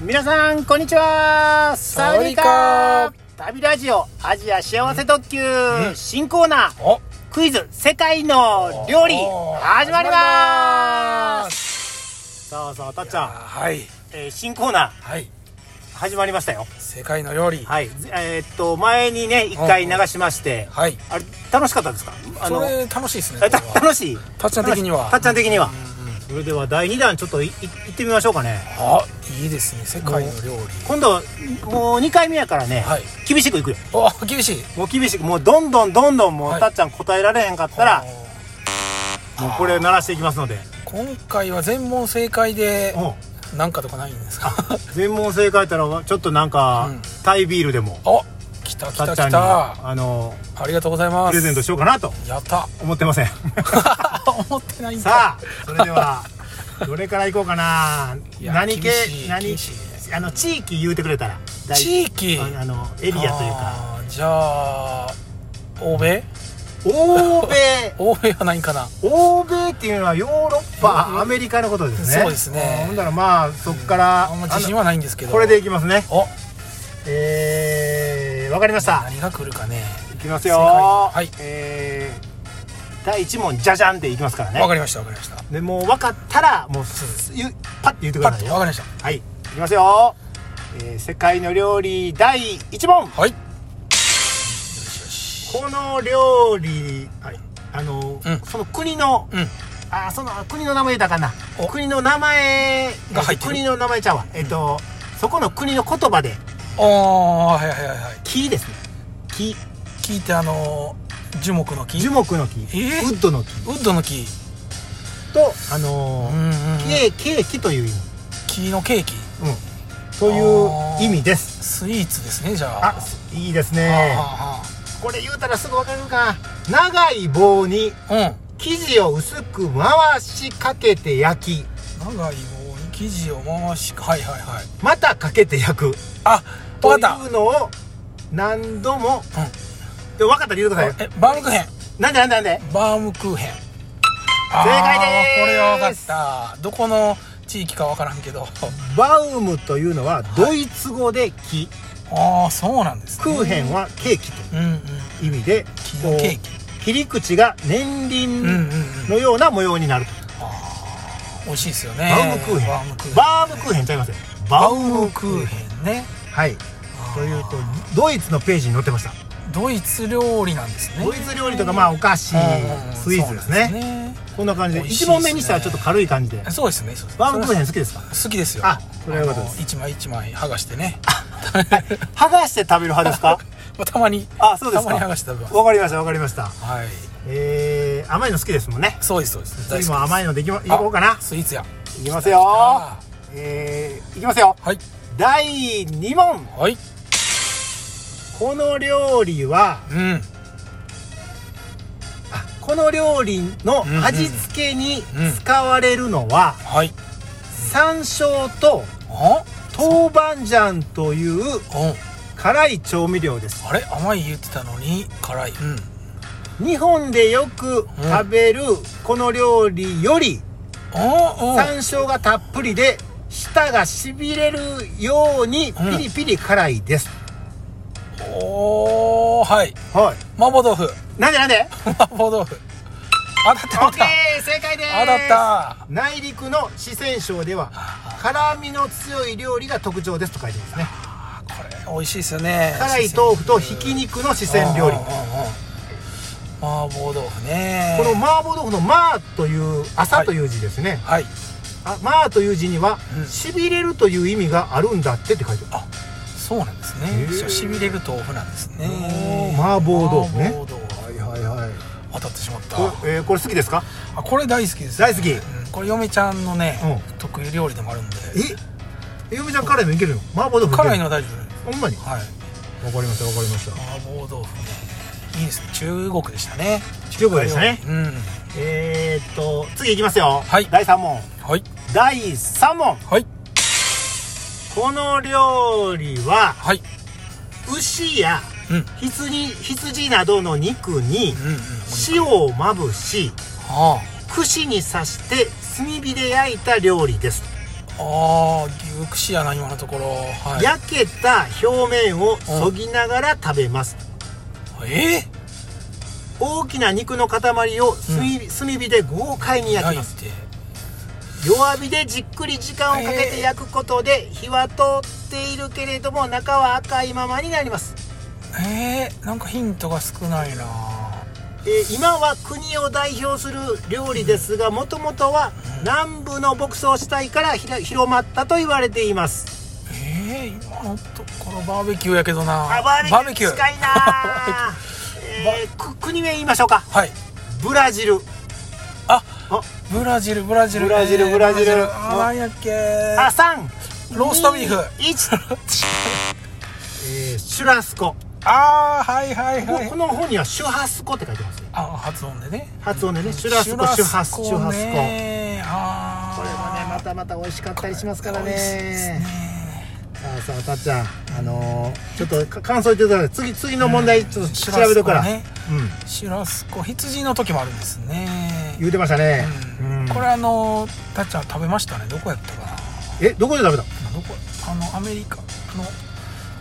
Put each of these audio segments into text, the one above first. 皆さんこんにちはサウリカ旅ラジオアジア幸せ特急うん新コーナーおクイズ世界の料理お始まりま始すさあさあたっちあゃはいん、えー新コーナはいー始まりましたよ世界の料理はいえーっと前にね一回流しましてはいあれ楽しかったですかあそのれ楽しいですねえこたれは楽しいたっちゃん的には たっちゃん的にはそれでは第2弾ちょっといい行ってみましょうかねあいいですね世界の料理今度もう2回目やからね、はい厳しくいくよお厳しいもう厳しくもうどんどんどんどんもう、はいたっちゃん答えられへんかったらもうこれ鳴らしていきますので今回は全問正解でうんなんかとかないんで すか全問正解やったらちょっとなんか、うんタイビールでもお来た来たたっちゃん来にたあのありがとうございますプレゼントしようかなとやった 思ってま せん思ってないんださあそれではどれからいこうかないや何系厳しい何厳しいあの地域言うてくれたら大地域あのエリアというかあーじゃあ欧米欧米欧米はないんかな欧米っていうのはヨーロッうんうパんアメリカのことですねそうですねんほんだらまあそっから、あんまあ自信のはないんですけどこれでいきますねおえー、わかりました何が来るかねいきますよ世界のはいえー、第1問じゃじゃんでいきますからねわかりましたわかりましたでもう分かったらもうすゆパッて言ってくパだッさいとよわかりましたはいいきますよ、えー、世界の料理第1問はいこの料理ああの、うんその国のうんあーその国の名前だかなお国の名前が入ってる国の名前ちゃうわえっ、と、そこの国の言葉でああーはいはいはいはい木ですね木聞いてあのー樹木の木樹ウ木の木、えーウッドの木ッドの木とあのうんうんうんーケーキという意味、木のケーキうん、という意味ですスイーツですねじゃああいいですはねあはこれ言うたらすぐ分かるか長い棒にあはあ生地を薄く回しかけて焼きうん長い棒に生地を回しはいはいはいまたかけて焼くあとわいかっうのを何度も、た、うんで分かったら言うてくださいよえバームクーヘンなんでなんでなんでバームクーヘン正解でーすあこれは分かったどこの地域か分からんけど バウムというのはドイツ語で木、ああそうなんですねクーヘンはケーキとうんうんいう意味で木このうケーキ切り口が年うんうんう輪んのような模様になると、美味しいですよねバウムクーヘンバウムクーヘンバームクーヘンちゃいますよバウムクーンヘンねはいというとドイツのページに載ってましたドイツ料理なんですねドイツ料理とかまあお菓子うんスイーツですねそうなこんなん感じで美味しい1ですね問目にしたらちょっと軽い感じでそうですねそうですねバウムクーヘン好きですか好きですよあそれはよかったですあの一枚一枚剥がして ね剥がして食べる派ですかまあ たまにあそうですたかまに剥がして食べますわかりましたわかりましたはいえー、甘いの好きですもんねそうですそうです次も甘いのでいきまいこうかなスイーツやいきますよあえー、いきますよはい第2問はいこの料理はうんあこの料理のうんうん味付けに使われるのははい山椒とあ豆板醤といううん辛い調味料ですあれ甘い言ってたのに辛いうん日本でよく食べるこの料理よりあうん山椒がたっぷりで舌がしびれるようにうんピリピリ辛いです、おーはいはい麻婆豆腐 なんでなんで麻婆豆腐当たってオまッしケたー正解です当たった内陸の四川省では辛みの強い料理が特徴ですと書いてますねこれ美味しいですよね辛い豆腐とひき肉の四川料理うんうんうん麻婆豆腐ねこの麻婆豆腐の「麻」という「朝」という字ですねはい「あ麻」という字にはうんしびれるという意味があるんだってって書いてあるあそうなんですへーねしびれる豆腐なんですねおー麻婆豆腐ね麻婆豆腐はいはい当たってしまったこれ,、えーこれ好きですかあこれ大好きです、大好きうんこれ嫁ちゃんのね、う得意料理でもあるんでえゆみちゃん辛いのいけるの麻婆豆腐いける辛いのは大丈ほんまにわ夫かはいりましたわかりました麻婆豆腐ねいいですね中国でしたね中国でしたねうんえー、っと次いきますよ、はい第3問はい第3問はいこの料理ははい牛やうんうん羊羊などの肉にうん塩をまぶしあ串に刺して炭火で焼いた料理ですあああ牛串やな今のところはい焼けた表面をそぎながら食べますえ大きな肉の塊を炭,、炭火で豪快にー、焼き焼いますて弱火でじっくり時間をかけて焼くことで火は通っているけれども中は赤いままになります、えー、なんかヒントが少ないなえー今は国を代表する料理ですがもともとは南部の牧草地帯からひら広まったと言われていますえー、今のところバーベキューやけどなあバーベキュー近いな バーベえーく国名言いましょうかキューはいブラジルああブラジルブラジルブラジルブラジルブあなんやっけあ三ローストビーフ1 えーシュラスコああはいはいこはいこの本にはシュハスコって書いてますねあ発音でね発音でねシュラスコシュハスシュハスコねあこれもねまたまた美味しかったりしますから美味しいですねねさあさあたっちゃんあのーちょっとか感想言ってください次次の問題ちょっと調べるから、シュラスうんコねシュラスコ羊の時もあるんですね言うてましたね、うんこれあのたっちゃん食べましたねどこやったかなえどこで食べたどこあのアメリカの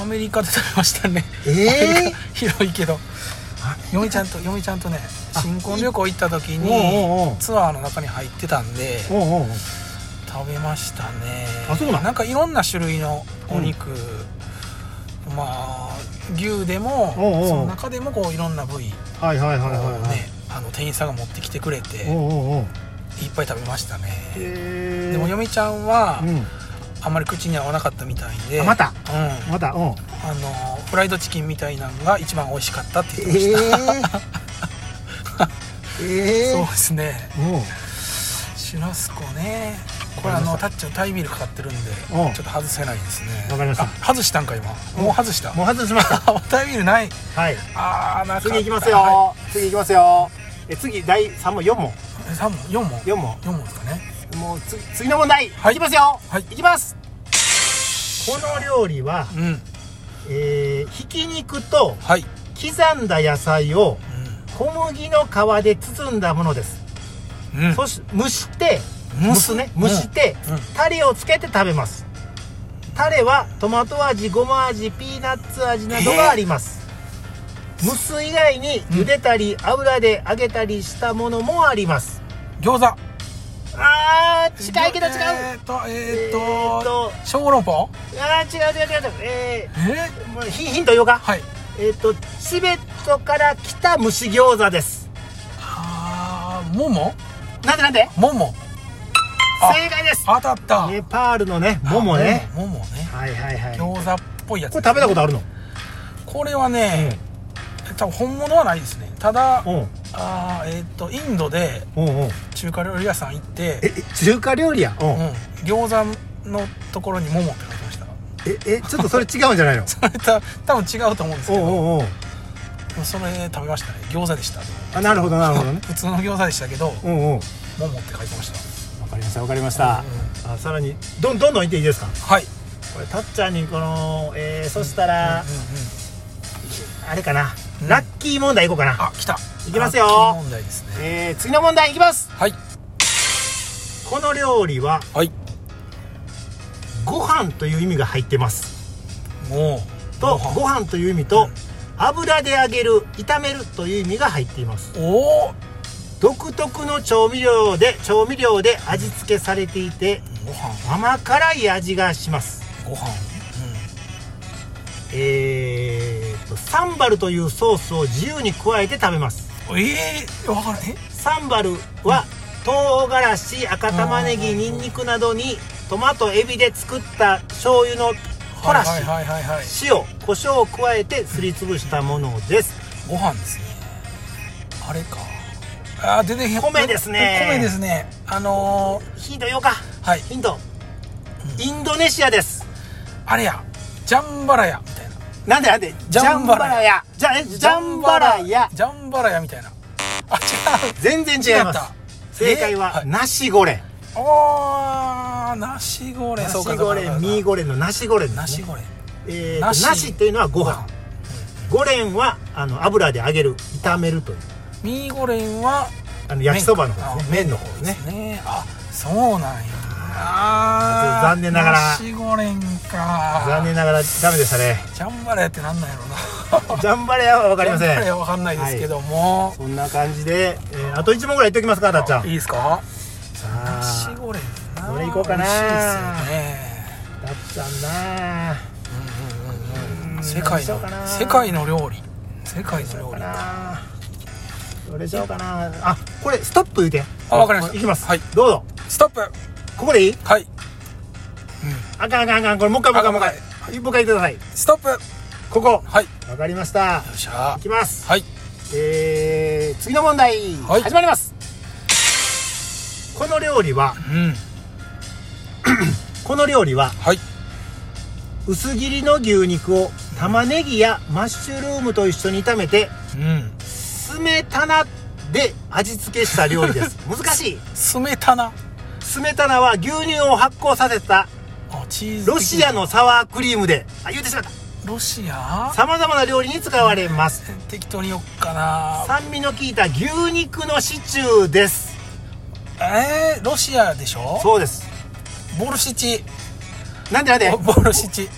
アメリカで食べましたねえアメえリカ 広いけど嫁ちゃんと嫁ちゃんとねあ新婚旅行行った時おうおうおにうツアーの中に入ってたんでおうおうおう食べましたねあそうなんなんかいろんな種類のお肉、まあ牛でもおうおうその中でもこういろんな部位はいはいはいをはいはい、ねあの店員さんが持ってきてくれおうていっおうおうぱい食べましたねえーでも嫁ちゃんはうんあんまり口に合わなかったみたいであまたうんまたうんあのフライドチキンみたいなのが一番美味しかったって言ってまえしえ た、ええそうですねうんシュラスコねこれあのタッチのタイビールかかってるんでちうょんっと外せないですねわかりましたあ外したんか今もう外したもう外しました あタイビールないはいあーなかった次いきますよ、は次いきますよえ次第3問4問い、3問4問4問4問ですかねもう次次の問題、はいいきますよ、はいきますこの料理は、うんえーひき肉とはい、う刻んだ野菜をん小麦の皮で包んだものです、うんそして蒸して蒸蒸すすねうん蒸して、うんタレをつけて食べますタレはトマト味ごま味ピーナッツ味などがあります、蒸す以外に茹でたり油で揚げたりしたものもあります、餃子あー近いけど違うえー、っとえー、っと,、えーっと小籠包あー違う違う違う違うええー、ー、もうヒヒント言おうかはいえっ、とチベットから来た蒸し餃子ですあーももなんでなんでももあ正解です当たったネパールのねももねももねはいはいはいこ餃子っぽいやつれ食べたことあるのこれはね、多分本物はないですねただうんあーえーっ、とインドでうんうん中華料理屋さん行ってええ中華料理やうんうん、餃子のところに「もも」って書いてましたええちょっ とそれ違うんじゃないのそれた 多分違うと思うんですおうけどおうおうでもそれ食べましたね餃子でしたあなるほどなるほどね 普通の餃子でしたけどうんうんわ「もも」って書いてましたかりましたわかりました、あさらにどんどんどんいっていいですかはい、これたっちゃんにこのえー、そしたら、うんうん、あれかな、うんラッキー問題いこうかなあ来たいきますよラッキー問題ですねえー、次の問題いきますはいこの料理ははいご飯という意味が入ってますもうとご飯ご飯という意味と油で揚げる炒めるという意味が入っていますおお独特の調味料で調味料で味付けされていてご飯甘辛い味がしますご飯えーとサンバルというソースを自由に加えて食べますうんええー、分からへんサンバルは唐辛子赤玉ねぎうんニンニクなどにトマトエビで作った醤油のはコいラはいシはいはいはい塩胡椒を加えてすりつぶしたものですご飯ですねあれかあー出てへん米ですね米ですねあのヒントようかー、はいヒントインドネシアですあれやジャンバラヤみたいななんでなんでジャンバラヤジャンジャンバラヤジャンバラヤみたいなあ違全然違いう違まっすた正解えはーナシゴレおーナシゴレナシそうかゴレミーゴレンのナシゴレンナですシねゴレえーとナナシシっていうのはご飯ゴレンはあの油で揚げる炒めるというミーゴレンはあの焼きそばの方ですね麺麺の方ですねねあそうなんやあー残念ながらナシゴレンか残念ながらダメでしたねジャンバレーってなんなんやろなジャンバレアは分かりまジャンバせレんーわかんないですけども、そんな感じで、えーあと1問ぐらいいっておきますかたっちゃんいいですかさナシあゴレンなどれ行こうかな美味しいですよねたっちゃんなあうんうんうんうん世界どうしようかなの世界の料理世界の料どうしようか理などれしようかなあこれストップ言うてあわかりましたいきます、はいどうぞストップここでいいはいあかんあかんあかんこれもう一回もう一回もうあ一回もう一回言ってくださいストップはここいよわかりましたっしゃいきますはいえー、次の問題、はい始まりますこの料理はうんこの料理ははい薄切りの牛肉を玉ねぎやマッシュルームと一緒に炒めてうんスメタナで味付けした料理です 難しいスメタナスメタナは牛乳を発酵させたあチーズロシアののサワークリームであ言うてしまったロシアさまざまな料理に使われます適当によっかな酸味の効いた牛肉のシチューですえー、ロシアでしょそうですボルシチなんでなんでおボルシチ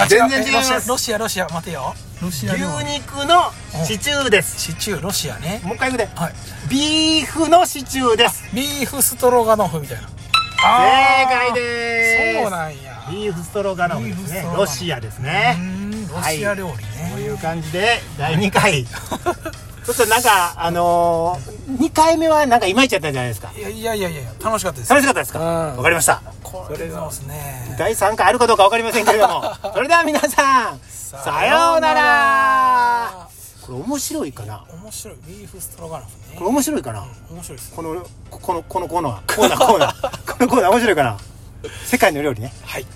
あ違う全然違いますえロシアロシアロシア待てよロシア牛料理肉のシチューですシチューロシアねもう一回言うではいビーフのシチューですビーフストロガノフみたいな正あー解ですそうなんやビーフストロガノフですビーフストロねガノフロシアですねうんロシア料理ね、こういう感じで第2回 ちょっとなんかあのー、2回目はなんかいまいちやったんじゃないですかいやいやいやいや楽しかったです楽しかったですかうんわかりましたこれそうですね第3回あるかどうかわかりませんけれ どもそれでは皆さんさようならこれ面白いかな面白いビーフストロガノフねこれ面白いかな面白いですねこのこのこのコーナーコーナーコーナーこのコーナー面白いかな世界の料理ねはい